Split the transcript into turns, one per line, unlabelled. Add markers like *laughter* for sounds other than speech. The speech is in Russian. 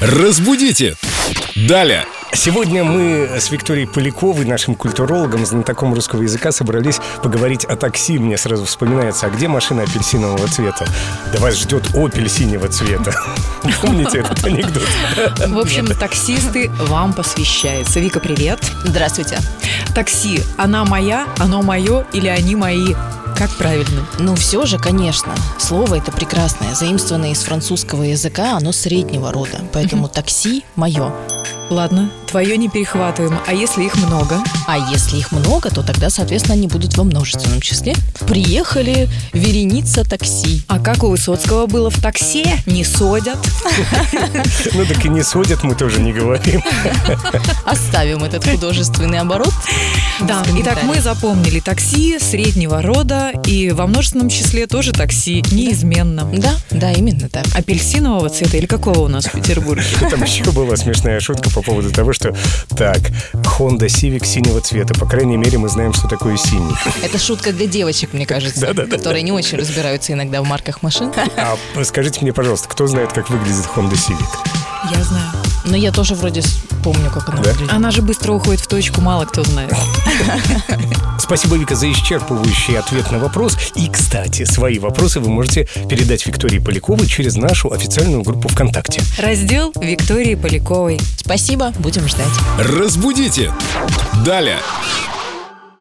Разбудите! Далее!
Сегодня мы с Викторией Поляковой, нашим культурологом, знатоком русского языка, собрались поговорить о такси. Мне сразу вспоминается, а где машина апельсинового цвета? Да вас ждет опель синего цвета. *laughs* Помните этот анекдот?
В общем, таксисты вам посвящается. Вика, привет.
Здравствуйте.
Такси. Она моя, оно мое или они мои? Как правильно?
Ну все же, конечно, слово это прекрасное, заимствованное из французского языка, оно среднего рода, поэтому такси мое.
Ладно, твое не перехватываем. А если их много?
А если их много, то тогда, соответственно, они будут во множественном числе. Приехали вереница такси.
А как у Высоцкого было в такси? Не содят.
Ну так и не судят, мы тоже не говорим. *laughs*
Оставим этот художественный оборот.
*laughs* Да,
Без
итак, мы
комментариев.
запомнили такси среднего рода и во множественном числе тоже такси неизменно.
Да, да, именно так.
Апельсинового цвета или какого у нас в Петербурге?
Там еще была смешная шутка по поводу того, что так, Honda Civic синего цвета. По крайней мере, мы знаем, что такое синий.
Это шутка для девочек, мне кажется, которые не очень разбираются иногда в марках машин.
А скажите мне, пожалуйста, кто знает, как выглядит Honda Civic?
Я знаю.
Но я тоже вроде с- помню, как она
Да?
выглядит.
Она же быстро уходит в точку, мало кто *laughs* знает.
Спасибо, Вика, за исчерпывающий ответ на вопрос. И, кстати, свои вопросы вы можете передать Виктории Поляковой через нашу официальную группу ВКонтакте.
Раздел Виктории Поляковой.
Спасибо, будем ждать.
Разбудите! Далее!